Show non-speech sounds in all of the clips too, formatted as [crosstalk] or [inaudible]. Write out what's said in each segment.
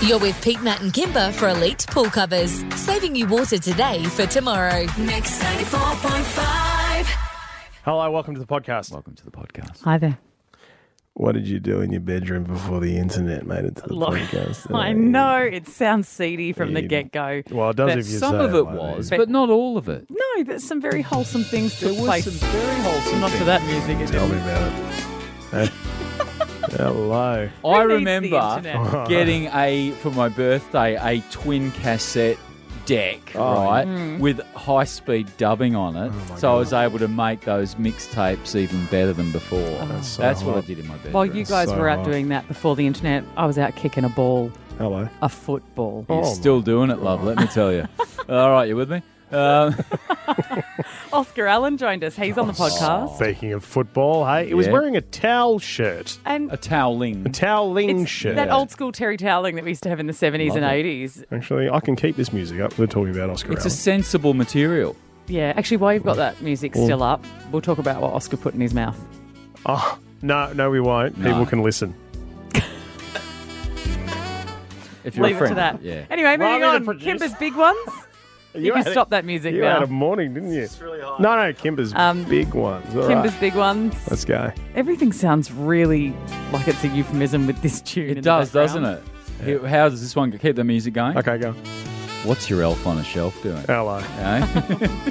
You're with Pete, Matt, and Kimber for Elite Pool Covers, saving you water today for tomorrow. Mix 94.5. Hello, welcome to the podcast. Welcome to the podcast. Hi there. What did you do in your bedroom before the internet made it to the Look, podcast? I Uh, know it sounds seedy from the Yeah. get go. Well, it Oh, does But if you Some say of it like was, that. but not all of it. No, there's some very wholesome things to There was play. some very wholesome Not to things. that music. It Tell me didn't. about it. [laughs] Hello. I needs the remember [laughs] [laughs] internet? getting a for my birthday a twin cassette deck, Oh, right, Hmm. with high speed dubbing on it. so I was able to make those mixtapes even better than before. That's, so what I hot. did in my bedroom. While you guys So were out hard. doing that before the internet, I was out kicking a ball, Hello. a football. You're Oh, still doing it, love. Let me [laughs] tell you. All right, you with me? Um, Oscar Allen joined us. He's on Oh. the podcast. Speaking of football, hey, it was Yeah. wearing a towel shirt, And a toweling. a toweling it's shirt. that old school Terry Toweling that we used to have in the 70s and 80s. Actually, I can keep this music up. We're talking about Oscar it's a Allen. sensible material. Yeah, actually, while you've got that music still up, we'll talk about what Oscar put in his mouth. oh, no, no, we won't. No. People can listen. If you're Leave a it friend, to that. yeah. Anyway, Well, moving I'm the on. producer. Kimber's big ones. You, can had a- stop that music you now. had a morning, didn't you? It's really hot. No, no, Kimber's Um, big ones. All Kimber's right. big ones. Let's go. Everything sounds really like it's a euphemism with this tune. in It the does, doesn't background. it? Here- How does this one go? keep the music going? Okay, go. What's your elf on a shelf doing? Hello. Eh?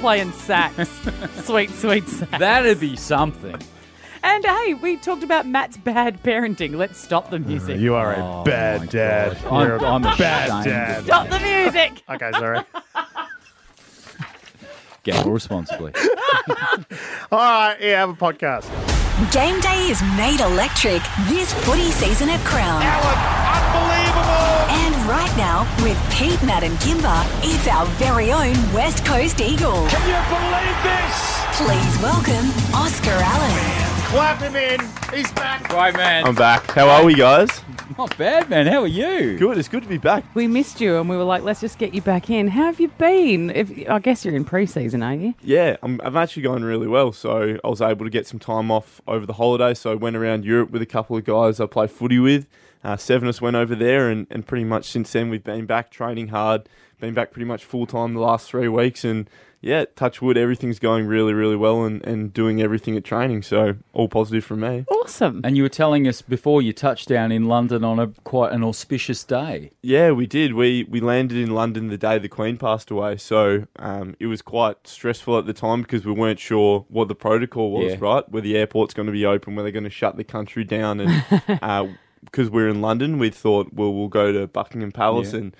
[laughs] Playing sax. [laughs] sweet, sweet sax. That'd be something. And hey, we talked about Matt's bad parenting. Let's stop the music. You are a Oh, my bad dad. God. I'm- You're a I'm bad ashamed. dad. stop the music. Okay, sorry. [laughs] Gamble [laughs] responsibly. All right, yeah, have a podcast. Game day is made electric this footy season at Crown. unbelievable! And right now, with Pete, Matt, and Kimber, it's our very own West Coast Eagle. Can you believe this? Please welcome Oscar Allen. Clap him in. He's back. right, man. I'm back. How are we, guys? Not bad, man. How are you? Good. It's good to be back. We missed you, and we were like, let's just get you back in. How have you been? If, I guess you're in pre-season, aren't you? Yeah, I'm, I've actually gone really well. So I was able to get some time off over the holiday. So I went around Europe with a couple of guys I play footy with. Uh, seven of us went over there, and, and pretty much since then we've been back training hard, been back pretty much full time the last three weeks. And yeah, touch wood, everything's going really, really well and, and doing everything at training. So all positive from me. Awesome. And you were telling us before you touched down in London on a quite an auspicious day. Yeah, we did. We we landed in London the day the Queen passed away, so um, it was quite stressful at the time because we weren't sure what the protocol was, Yeah. right? Where the airport's going to be open, where they're going to shut the country down, [laughs] and because we we're in London, we thought, well, we'll go to Buckingham Palace, Yeah. and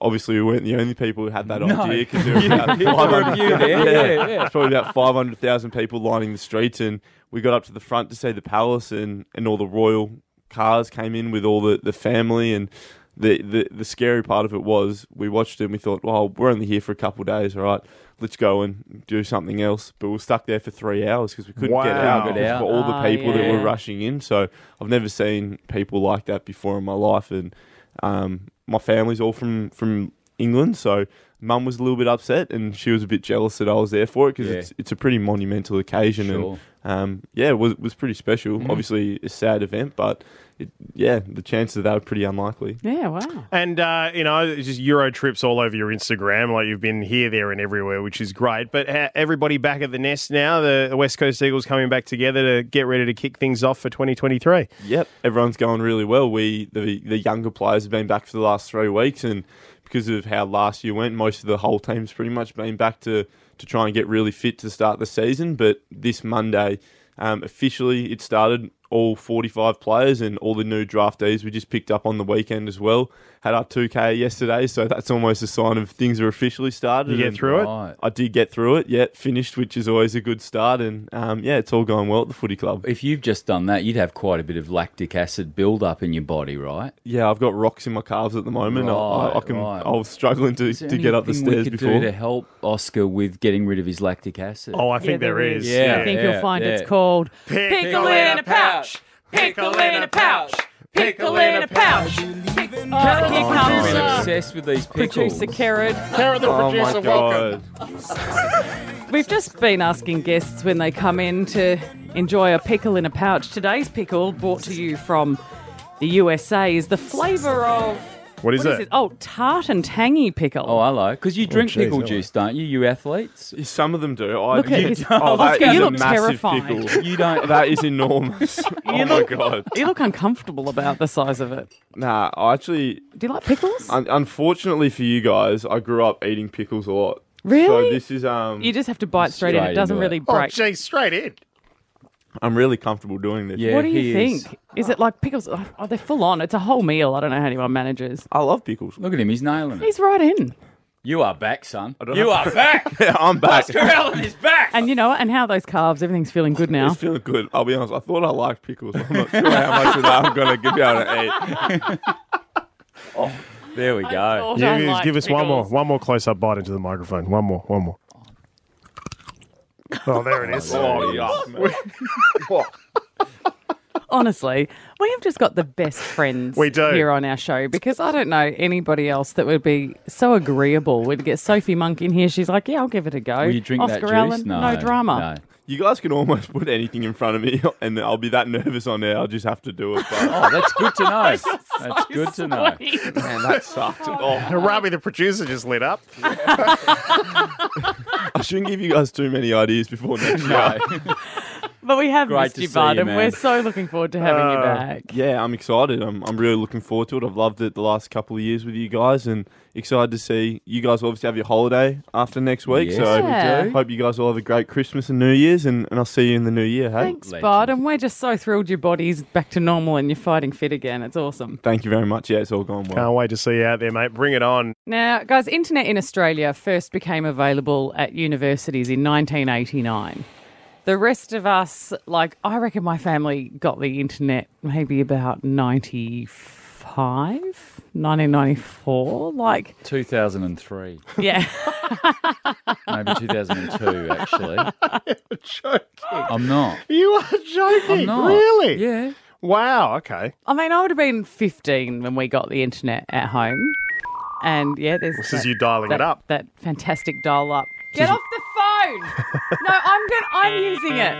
obviously we weren't the only people who had that idea [laughs] because there were about there were a few [laughs] there. Yeah, yeah. it's probably about 500,000 people lining the streets. And we got up to the front to see the palace, and, and all the royal cars came in with all the, the family. And the, the, the scary part of it was we watched it and we thought, well, we're only here for a couple of days, all right, let's go and do something else. But we were stuck there for three hours because we couldn't get Wow. out Couldn't get out. for all Ah, the people that yeah. were rushing in. So I've never seen people like that before in my life. And um, my family's all from, from England, so mum was a little bit upset and she was a bit jealous that I was there for it because Yeah. it's, it's a pretty monumental occasion Sure. Mm-hmm. and um, yeah, it was was pretty special. Obviously, a sad event, but it, yeah, the chances of that were pretty unlikely. Yeah, wow. And uh, you know, it's just Euro trips all over your Instagram, like you've been here, there, and everywhere, which is great. But uh, everybody back at the nest now. The West Coast Eagles coming back together to get ready to kick things off for 2023. Yep, everyone's going really well. We the the younger players have been back for the last three weeks, and because of how last year went, most of the whole team's pretty much been back to to try and get really fit to start the season. But this Monday, um, officially, it started. All 45 players and all the new draftees we just picked up on the weekend as well. Had our 2K yesterday, so that's almost a sign of things are officially started. You get and through it. Right. I did get through it, yeah, finished, which is always a good start. And um, yeah, it's all going well at the footy club. If you've just done that, you'd have quite a bit of lactic acid buildup in your body, right? Yeah, I've got rocks in my calves at the moment. I- I, I Right, can. right. I was struggling to, Is there to get up the anything stairs we could before. do to help Oscar with getting rid of his lactic acid? Oh, I think Yeah, there is. Yeah. I think yeah, you'll find yeah. it's called Pickle in a pouch. Pickle in a pouch. Pickle in a pouch. Pick- Oh, here Oh, I've been comes uh, obsessed with these pickles. producer Kerrod. Oh my god! We've just been asking guests when they come in to enjoy a pickle in a pouch. Today's pickle, brought to you from the USA, is the flavour of What is What is it? it? Oh, tart and tangy pickle. Oh, hello. Because you drink jeez, pickle hello. juice, don't you? You athletes. Some of them do. I, Look at you, his- oh, that Oscar, is you a look massive terrified. pickle. [laughs] You don't. [laughs] That [laughs] is enormous. oh my god. You look uncomfortable about the size of it. Nah, I actually, Do you like pickles? un- unfortunately for you guys, I grew up eating pickles a lot. Really? So this is um. you just have to bite straight, in. Straight It doesn't into it. really break. Oh, gee, straight in. I'm really comfortable doing this. Yeah, what do he you is. think? Is. it like pickles? Oh, oh, they're full on. It's a whole meal. I don't know how anyone manages. I love pickles. [laughs] Look at him. He's nailing it. He's right in. You are back, son. don't You have- are [laughs] [laughs] back. I'm back. Oscar Allen is back. And you know, what? and how those carbs, everything's feeling good now. [laughs] It's feeling good. I'll be honest. I thought I liked pickles. I'm not sure how much of that I'm gonna be able to [laughs] eat. there we go. thought You, I you liked give us one more, pickles. one more close up bite into the microphone. One more, one more. Oh, there it [laughs] is. Oh, yuck, man. Honestly, we have just got the best friends We do. here on our show because I don't know anybody else that would be so agreeable. We'd get Sophie Monk in here. She's like, "Yeah, I'll give it a go." Will you drink Oscar that juice? Allen, no, drama. no. [laughs] You guys can almost put anything in front of me, [laughs] and I'll be that nervous on air. I'll just have to do it. But, Oh, that's [laughs] good to know. that's good to know. oh, man, that [laughs] sucked. Oh, Robbie, the producer, just lit up. I shouldn't give you guys too many ideas before next year. But we have Great missed to you, see Bud, you, and man. we're so looking forward to having Uh, you back. Yeah, I'm excited. I'm, I'm really looking forward to it. I've loved it the last couple of years with you guys and excited to see you guys obviously have your holiday after next week. Yes, so we Yeah. do. hope you guys all have a great Christmas and New Year's and, and I'll see you in the new year. Hey. Thanks, Legend. Bud, and we're just so thrilled your body's back to normal and you're fighting fit again. It's awesome. Thank you very much. Yeah, it's all gone well. Can't wait to see you out there, mate. Bring it [laughs] on. Now, guys, internet in Australia first became available at universities in 1989. The rest of us, like, I reckon my family got the internet maybe about 95, 1994. Like, 2003, yeah. [laughs] maybe 2002, actually. I'm not. You are joking. I'm not. Really? Yeah. Wow. Okay. I mean, I would have been 15 when we got the internet at home. And yeah, there's. This is you dialing that, it up. That fantastic dial up. Get off the phone. no, I'm going [laughs] I'm using it.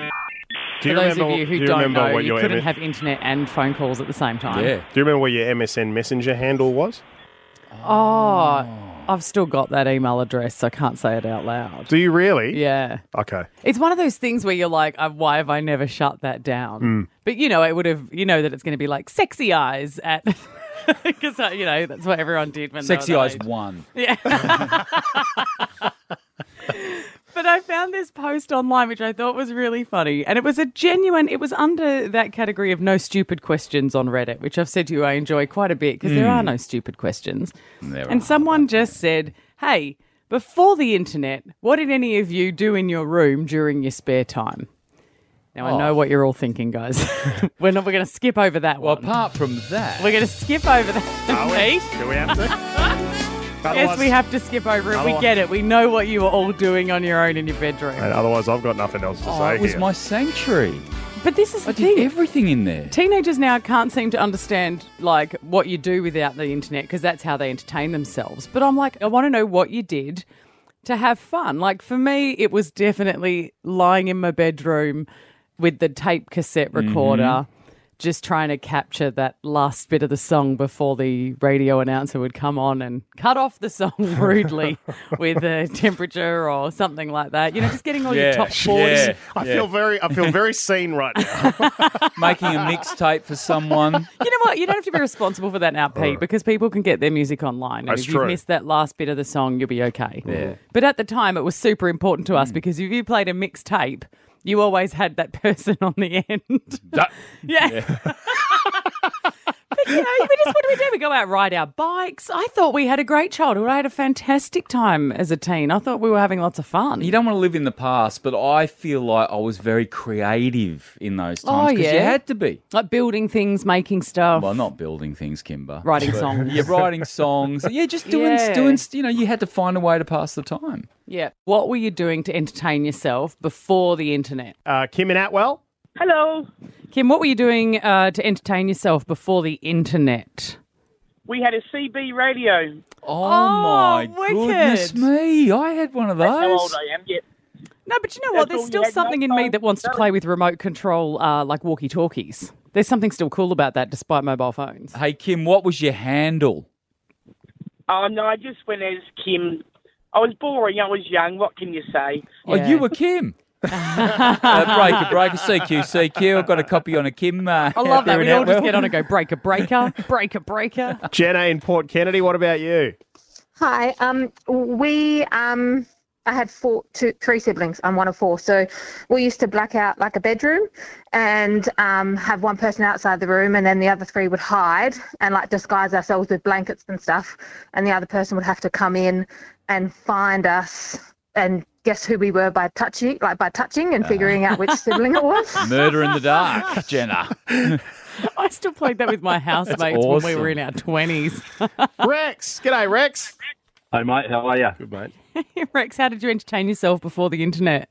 Do For you those remember, of you do who you don't remember know, what you your couldn't M- have internet and phone calls at the same time. Yeah. Do you remember what your MSN Messenger handle was? Oh, I've still got that email address, so I can't say it out loud. Do you really? Yeah. Okay. It's one of those things where you're like, "Uh, why have I never shut that down? Mm. But you know, it would have, you know, that it's going to be like sexy eyes at. [laughs] Because, you know, that's what everyone did when they were Sexy that Eyes age. won. But I found this post online which I thought was really funny. And it was a genuine, it was under that category of no stupid questions on Reddit, which I've said to you I enjoy quite a bit because there are no stupid questions. Hmm. There and are. someone just said, hey, before the internet, what did any of you do in your room during your spare time? Now, Oh. I know what you're all thinking, guys. [laughs] we're not, we're going to skip over that Well, one. apart from that, we're going to skip [laughs] over that, Pete. Do we have to? [laughs] Yes, we have to skip over it. We Otherwise- get it. We know what you were all doing on your own in your bedroom. And otherwise, I've got nothing else to oh, say it was here. my sanctuary. But this is I the did thing. everything in there. Teenagers now can't seem to understand like what you do without the internet because that's how they entertain themselves. But I'm like, I want to know what you did to have fun. Like for me, it was definitely lying in my bedroom with the tape cassette recorder, just trying to capture that last bit of the song before the radio announcer would come on and cut off the song [laughs] rudely with a temperature or something like that. You know, just getting all your top 40 yeah, I yeah. feel very, I feel very seen right [laughs] now. making a mixtape for someone. You know what? You don't have to be responsible for that now, Pete, because people can get their music online. And That's if you true. missed that last bit of the song, you'll be okay. Yeah. Mm. But at the time, it was super important to us because if you played a mixtape, you always had that [laughs] person on the end. [laughs] yeah. [laughs] but, you know, we just, what do we do? We go out, ride our bikes. I thought we had a great childhood. I had a fantastic time as a teen. I thought we were having lots of fun. You don't want to live in the past, but I feel like I was very creative in those Oh, times because you yeah? had to be. like building things, making stuff. Well, not building things, Kimber. Writing [laughs] But songs. Yeah, writing songs. Yeah, just doing, Yeah. doing. You know, you had to find a way to pass the time. Yeah. What were you doing to entertain yourself before the internet? Uh, Kim and Atwell. Hello. Kim, what were you doing uh, to entertain yourself before the internet? We had a CB radio. Oh, my Oh, wicked. goodness me! I had one of those. How old I am? Yeah. No, but you know what? There's That's all you still had, no something in me phone, that wants to no- play with remote control, uh, like walkie talkies. There's something still cool about that, despite mobile phones. Hey Kim, what was your handle? Oh, no, I just went as Kim. I was boring. I was young. What can you say? Oh, you were [laughs] Kim. uh, breaker, breaker, CQ, CQ. I've got a copy on a Kim. Uh, I love that. We all just get [laughs] on and go breaker, breaker, breaker, breaker. Jenna in Port Kennedy, what about you? Hi. Um, we um, I had four, two, three siblings. I'm one of four, so we used to black out like a bedroom, and um, have one person outside the room, and then the other three would hide and like disguise ourselves with blankets and stuff, and the other person would have to come in and find us and guess who we were by touching, like by touching and figuring out which sibling it was. [laughs] Murder in the dark, [laughs] Jenna. [laughs] I still played that with my housemates when we awesome. were in our [laughs] twenties. Rex. G'day, Rex. Hey mate, how are you? Good mate. Rex, how did you entertain yourself before the internet?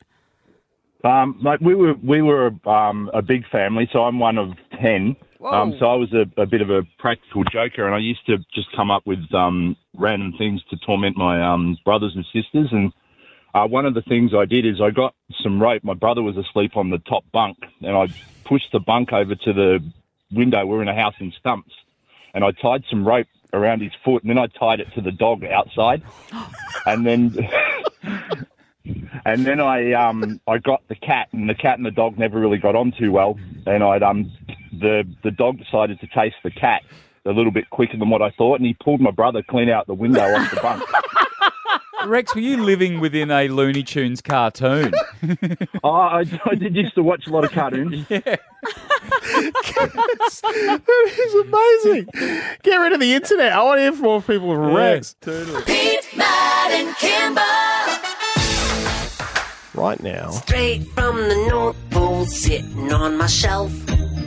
Um, mate, we were we were um, a big family, so I'm one of ten. Um, so I was a, a bit of a practical joker, and I used to just come up with um, random things to torment my um, brothers and sisters. And uh, one of the things I did is I got some rope. My brother was asleep on the top bunk, and I pushed the bunk over to the window. We are in a house in Stumps, and I tied some rope around his foot, and then I tied it to the dog outside, and then. And then I um I got the cat, and the cat and the dog never really got on too well. And I would um the the dog decided to chase the cat a little bit quicker than what I thought, and he pulled my brother clean out the window off the bunk. Rex, were you living within a Looney Tunes [laughs] cartoon? oh, I, I did used to watch a lot of cartoons. that is amazing. Get rid of the internet. I want to hear from more people with Rex. Pete, Matt, and Kimber. Right now, Straight from the North Pole, sitting on my shelf,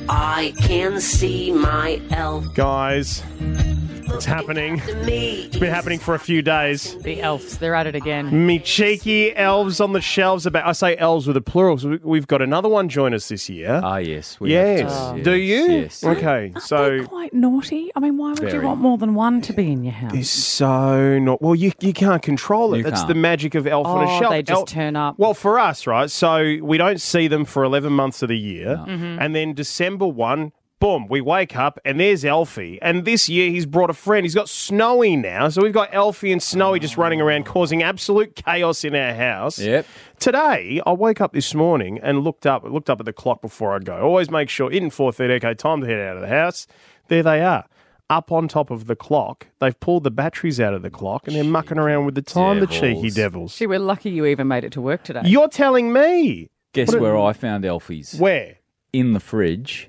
I can see my elf. guys, it's happening. To me, It's been happening for a few days. The elves, they're at it again. Me cheeky elves on the shelves. About I say elves with a plural. So we- we've got another one join us this year. Ah, yes. We have yes. to- yes, Do you? Yes. Okay. They're So quite naughty. I mean, why would you Very. want more than one to be in your house? It's so not well. You you can't control it. You That's can't. the magic of Elf on a Oh, Shelf. they just Elf- turn up. Well, for us, right? So we don't see them for eleven months of the year, Mm-hmm. and then December one. Boom, we wake up and there's Elfie. And this year he's brought a friend. He's got Snowy now. So we've got Elfie and Snowy just running around causing absolute chaos in our house. Yep. Today, I woke up this morning and looked up looked up at the clock before I go. Always make sure in 4:30, okay, time to head out of the house. There they are. Up on top of the clock. They've pulled the batteries out of the clock and they're mucking around with the time, the cheeky Devils. devils. Gee, we're lucky you even made it to work today. You're telling me Guess What a- where I found Elfie's? where? In the fridge,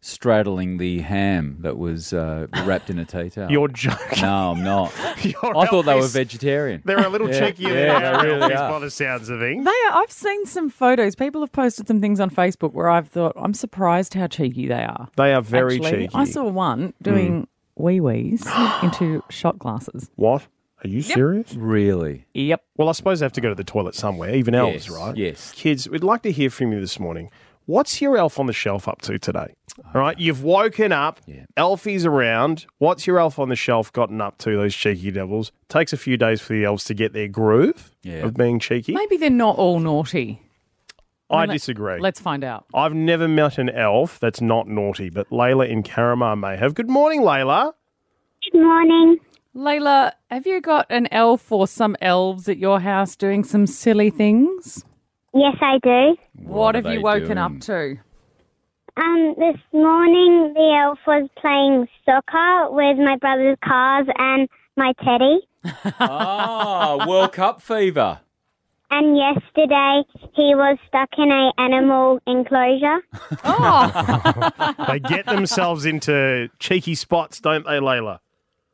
straddling the ham that was uh, wrapped in a tea towel. You're joking. No, I'm not. [laughs] Your I thought they were Elfies. vegetarian. They're a little [laughs] Yeah, cheekier yeah, than our they really Elfies are. by the sounds of things. They are. I've seen some photos. People have posted some things on Facebook where I've thought, I'm surprised how cheeky they are. They are very actually. cheeky. I saw one doing wee wees into shot glasses. What? Are you serious? Really? Yep. Well, I suppose they have to go to the toilet somewhere, even elves, Yes, Oh, right? yes. Kids, we'd like to hear from you this morning. What's your elf on the shelf up to today? All right, you've woken up, Elfie's around. What's your elf on the shelf gotten up to, those cheeky devils? Takes a few days for the elves to get their groove Yeah. of being cheeky. Maybe they're not all naughty. I let- disagree. Let's find out. I've never met an elf that's not naughty, but Layla in Karamar may have. Good morning, [laughs] Layla. Good morning. Layla, have you got an elf or some elves at your house doing some silly things? Yes, I do. What, are have they you woken doing? up to? Um, this morning the elf was playing soccer with my brother's cars and my teddy. Ah, [laughs] World Cup fever. And yesterday he was stuck in a animal enclosure. They get themselves into cheeky spots, don't they, Layla?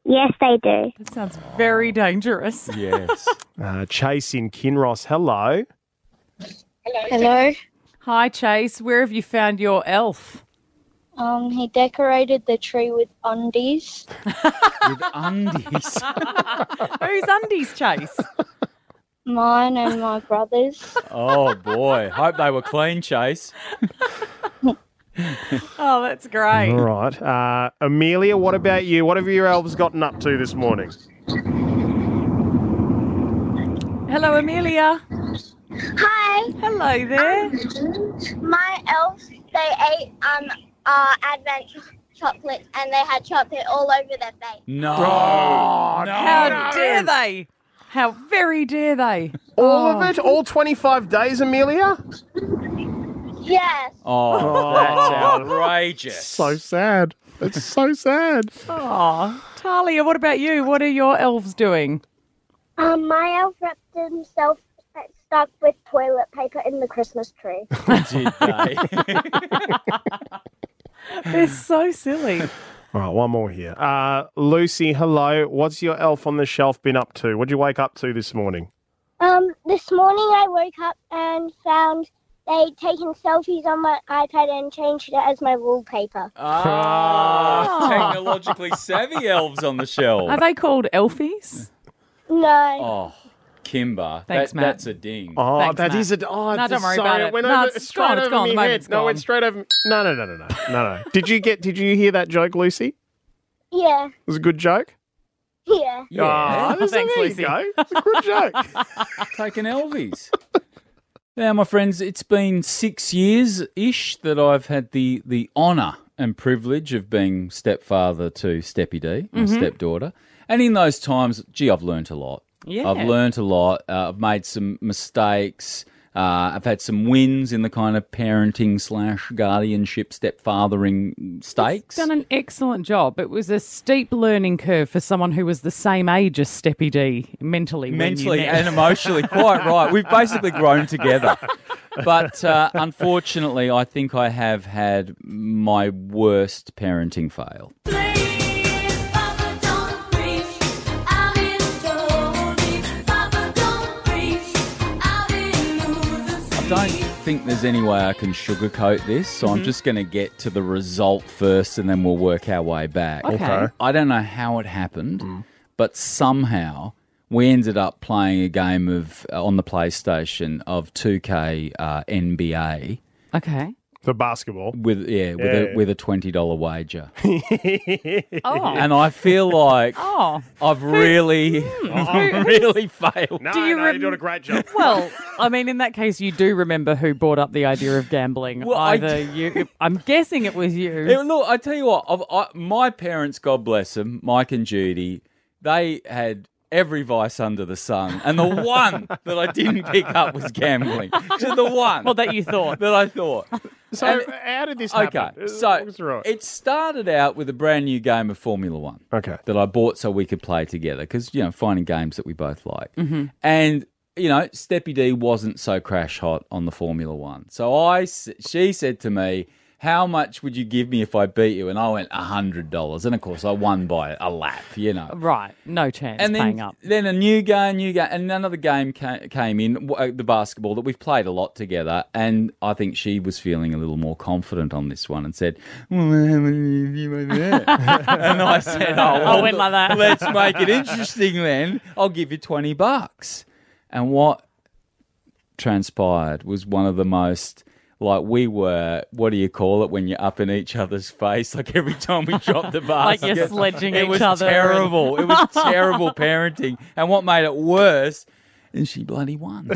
Yes, they do. That sounds very dangerous. Yes. Uh, Chase in Kinross, hello. Hello. Hi, Chase. Where have you found your elf? Um, he decorated the tree with undies. With undies. Who's undies, Chase? Mine and my brother's. Oh, boy. Hope they were clean, Chase. Oh, that's [laughs] great. All right. Uh, Amelia, what about you? What have your elves gotten up to this morning? Hello, Amelia. Hi. Hello there. My elves, they ate um, our advent chocolate and they had chocolate all over their face. No. Oh, no. How dare they? How very dare they? All of it? All 25 days, Amelia? Yes. Oh, that's outrageous. So sad. It's so sad. Oh, [laughs] Talia, what about you? What are your elves doing? Um, my elf wrapped himself stuck with toilet paper in the Christmas tree. Did they? They're so silly. All right, one more here. Uh, Lucy, hello. What's your elf on the shelf been up to? What'd you wake up to this morning? Um, this morning I woke up and found they'd taken selfies on my iPad and changed it as my wallpaper. Uh, Ah, technologically savvy elves on the shelf. Are they called elfies? No. Oh, Kimber. Thanks, that, Matt. That's a ding. Oh, that is that is a. Oh, No, don't worry sorry, about it it. went No, over, it's it's straight gone, it's over gone, me the moment's head. No, gone. it's straight over. Me. No, no, no, no, no, no, no. Did you get? Did you hear that joke, Lucy? It Yeah. was a good joke. Yeah. Yeah. [laughs] Ah, there's- Thanks, there Lucy. you go. It's a good joke. [laughs] Taking Elvies. now, my friends, it's been six years ish that I've had the, the honour and privilege of being stepfather to Steppy D, my Mm-hmm. stepdaughter. And in those times, gee, I've learnt a lot. Yeah. I've learnt a lot. Uh, I've made some mistakes. Uh, I've had some wins in the kind of parenting slash guardianship stepfathering stakes. Done an excellent job. It was a steep learning curve for someone who was the same age as Steppy D mentally. when you mentally met. and emotionally. Quite right. We've basically grown together. But uh, unfortunately, I think I have had my worst parenting fail. I don't think there's any way I can sugarcoat this, so Mm-hmm. I'm just going to get to the result first and then we'll work our way back. Okay. Mm. Okay. I don't know how it happened, but somehow we ended up playing a game of uh, on the PlayStation of 2K uh, NBA okay. The basketball. with yeah, with Yeah. a with a $20 wager. [laughs] [laughs] Oh. and I feel like [laughs] oh. Hmm. I've really [laughs] I've really failed. No, Do you no, rem- you're doing a great job. Well, I mean, in that case, you do remember who brought up the idea of gambling. Well, I Either you, I'm guessing it [laughs] was you. Yeah, look, I tell you what, I've, I, my parents, God bless them, Mike and Judy, they had every vice under the sun, [laughs] and the one that I didn't pick up was gambling. Just the one well, that you thought. that I thought. [laughs] So, And- how did this happen? Okay, Uh, so walk us through it. it started out with a brand new game of Formula One Okay. that I bought so we could play together because you know finding games that we both like. Mm-hmm. And you know, Steppy D wasn't so crash hot on the Formula One, so I s- she said to me. How much would you give me if I beat you? And I went hundred dollars, and of course I won by a lap, you know. Right. No chance And paying then, [laughs] up. then a new game, new game, and another game came, came in, w- uh, the basketball that we've played a lot together. And I think she was feeling a little more confident on this one and said, well, how many of you are there?" [laughs] And I said, oh, well, went like that. let's make it interesting then. I'll give you 20 bucks. And what transpired was one of the most like we were what do you call it when you're up in each other's face like every time we dropped [laughs] the [laughs] Like basket you're sledging it each was other and- terrible it [laughs] was terrible parenting and what made it worse is she bloody won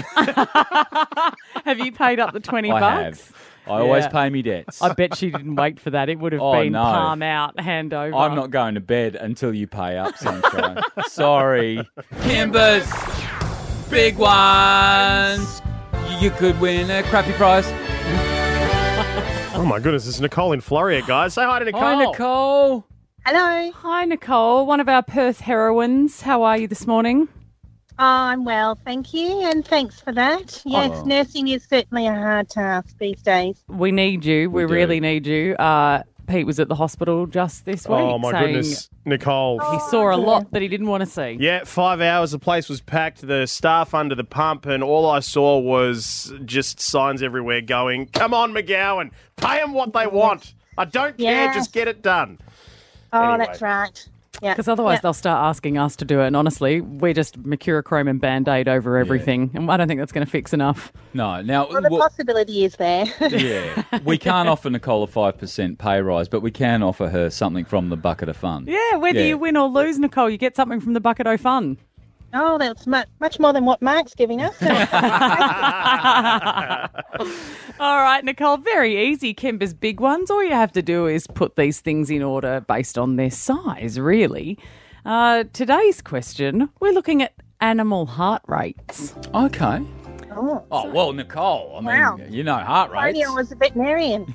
Have you paid up the 20 [laughs] i bucks? have i always Yeah. pay me debts I bet she didn't wait for that. It would have Oh, been no. palm out, hand over. i'm not going to bed until you pay up sunshine [laughs] sorry kimbers big ones you could win a crappy prize Oh my goodness, it's Nicole in Floria, guys. Say hi to Nicole. hi nicole Hello. Hi, Nicole, one of our Perth heroines. How are you this morning? I'm well, thank you, and thanks for that. Yes, Oh. nursing is certainly a hard task these days. We need you. We, We do. really need you. Uh, Pete was at the hospital just this week. Oh my saying Oh. goodness, Nicole. He saw a lot that he didn't want to see. Yeah, five hours. The place was packed. The staff under the pump, and all I saw was just signs everywhere going, "Come on, McGowan, pay them what they want. I don't care. Yeah. Just get it done." Oh, Anyway. that's right. Yeah. Because otherwise Yeah. they'll start asking us to do it. And honestly, we're just mercurochrome and Band-Aid over everything. And I don't think that's going to fix enough. no now Well, the what- possibility is [laughs] there. Yeah, we [laughs] can't offer Nicole a five percent pay rise, but we can offer her something from the bucket of fun. Yeah, whether Yeah. you win or lose, Nicole, you get something from the bucket o' fun. Oh, that's much, much more than what Mark's giving us. All right, Nicole, very easy. Kimber's big ones. All you have to do is put these things in order based on their size, really. Uh, today's question we're looking at animal heart rates. Okay. Oh, well, Nicole, I mean, Wow. you know heart Sorry, rates. I was a veterinarian.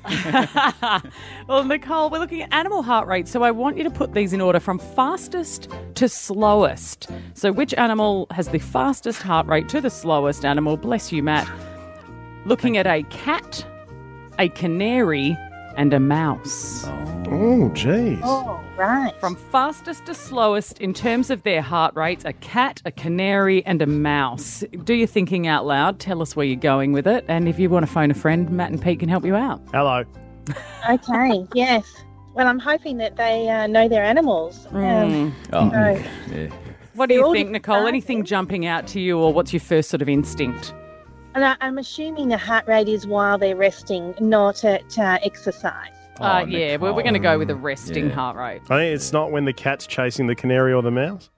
Well, Nicole, we're looking at animal heart rates, so I want you to put these in order from fastest to slowest. So, which animal has the fastest heart rate to the slowest animal? Bless you, Matt. Looking at a cat, a canary, and a mouse. Oh, jeez. Oh, right. From fastest to slowest in terms of their heart rates, a cat, a canary, and a mouse. Do your thinking out loud. Tell us where you're going with it. And if you want to phone a friend, Matt and Pete can help you out. Hello. okay, yes. Well, I'm hoping that they uh, know their animals. Um, Oh, so- yeah. What do you all think, Nicole? Anything jumping out to you, or what's your first sort of instinct? and I, I'm assuming the heart rate is while they're resting, not at uh, exercise. Oh, Oh, uh, yeah, we're, we're going to go with a resting Yeah. heart rate. I think it's not when the cat's chasing the canary or the mouse.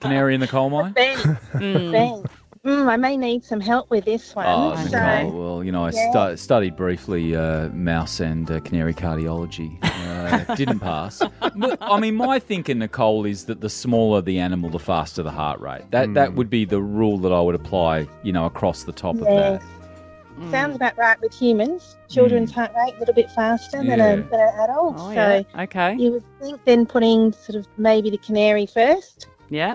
Canary in the coal mine. Bang, Mm. bang. Mm, I may need some help with this one. Oh, so, Nicole, well, you know, I Yeah. stu- studied briefly uh, mouse and uh, canary cardiology. [laughs] Uh, didn't pass. But, I mean, my thinking, Nicole, is that the smaller the animal, the faster the heart rate. That Mm. that would be the rule that I would apply, you know, across the top of yes. Mm. Sounds about right with humans. Children's heart rate a little bit faster than, Yeah. a, than an adult. Oh, so yeah. Okay. you would think then putting sort of maybe the canary first, Yeah.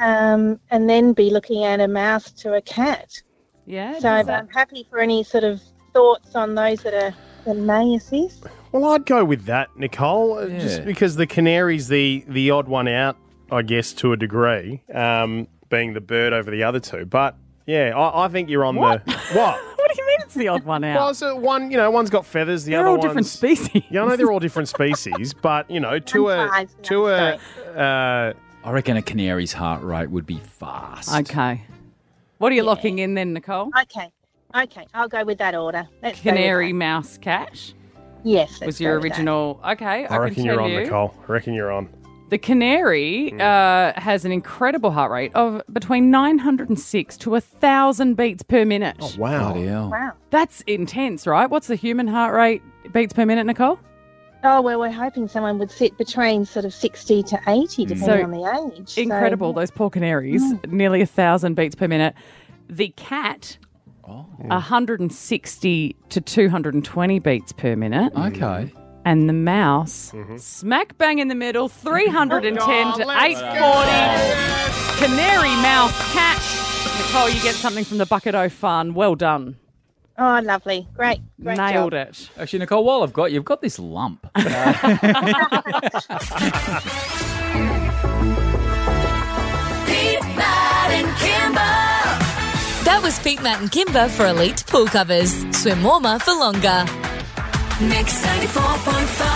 um, and then be looking at a mouse to a cat. Yeah. So does I'm that- happy for any sort of thoughts on those that are that may assist. Well, I'd go with that, Nicole, uh, just Yeah. because the canary's the the odd one out, I guess, to a degree, um, being the bird over the other two. But yeah, I, I think you're on the [laughs] what? [laughs] what do you mean it's the odd [laughs] one out? Well, so one, you know, one's got feathers. The They're other all different one's- species. Yeah, I [laughs] know they're all different species, [laughs] but you know, to a to a uh, I reckon a canary's heart rate would be fast. Okay. What are you locking in then, Nicole? Okay, okay, I'll go with that order. Let's go with Canary, mouse, cat. that. Yes, let's Was go your with that. original? Okay, I reckon can you're tell on, you. Nicole. Mm. I reckon you're on. The canary uh, has an incredible heart rate of between 906 to 1,000 beats per minute. Oh, wow. Wow. That's intense, right? What's the human heart rate beats per minute, Nicole? Oh well, we're hoping someone would sit between sort of sixty to eighty, depending Mm. So, on the age. So- Incredible, those poor canaries. Mm. Nearly 1,000 beats per minute. The cat, 160 to 220 beats per minute. Okay. And the mouse, smack bang in the middle, 310 Oh, to 840. Canary, mouse, cat. Nicole, you get something from the Bucket O Fun. Well done. Oh, lovely, great, great Nailed job. it. Actually, Nicole, while I've got you, you've got this lump. Pete, Matt, and Kimber. That was Pete, Matt, and Kimber for Elite Pool Covers. Swim warmer for longer. Mix 94.5.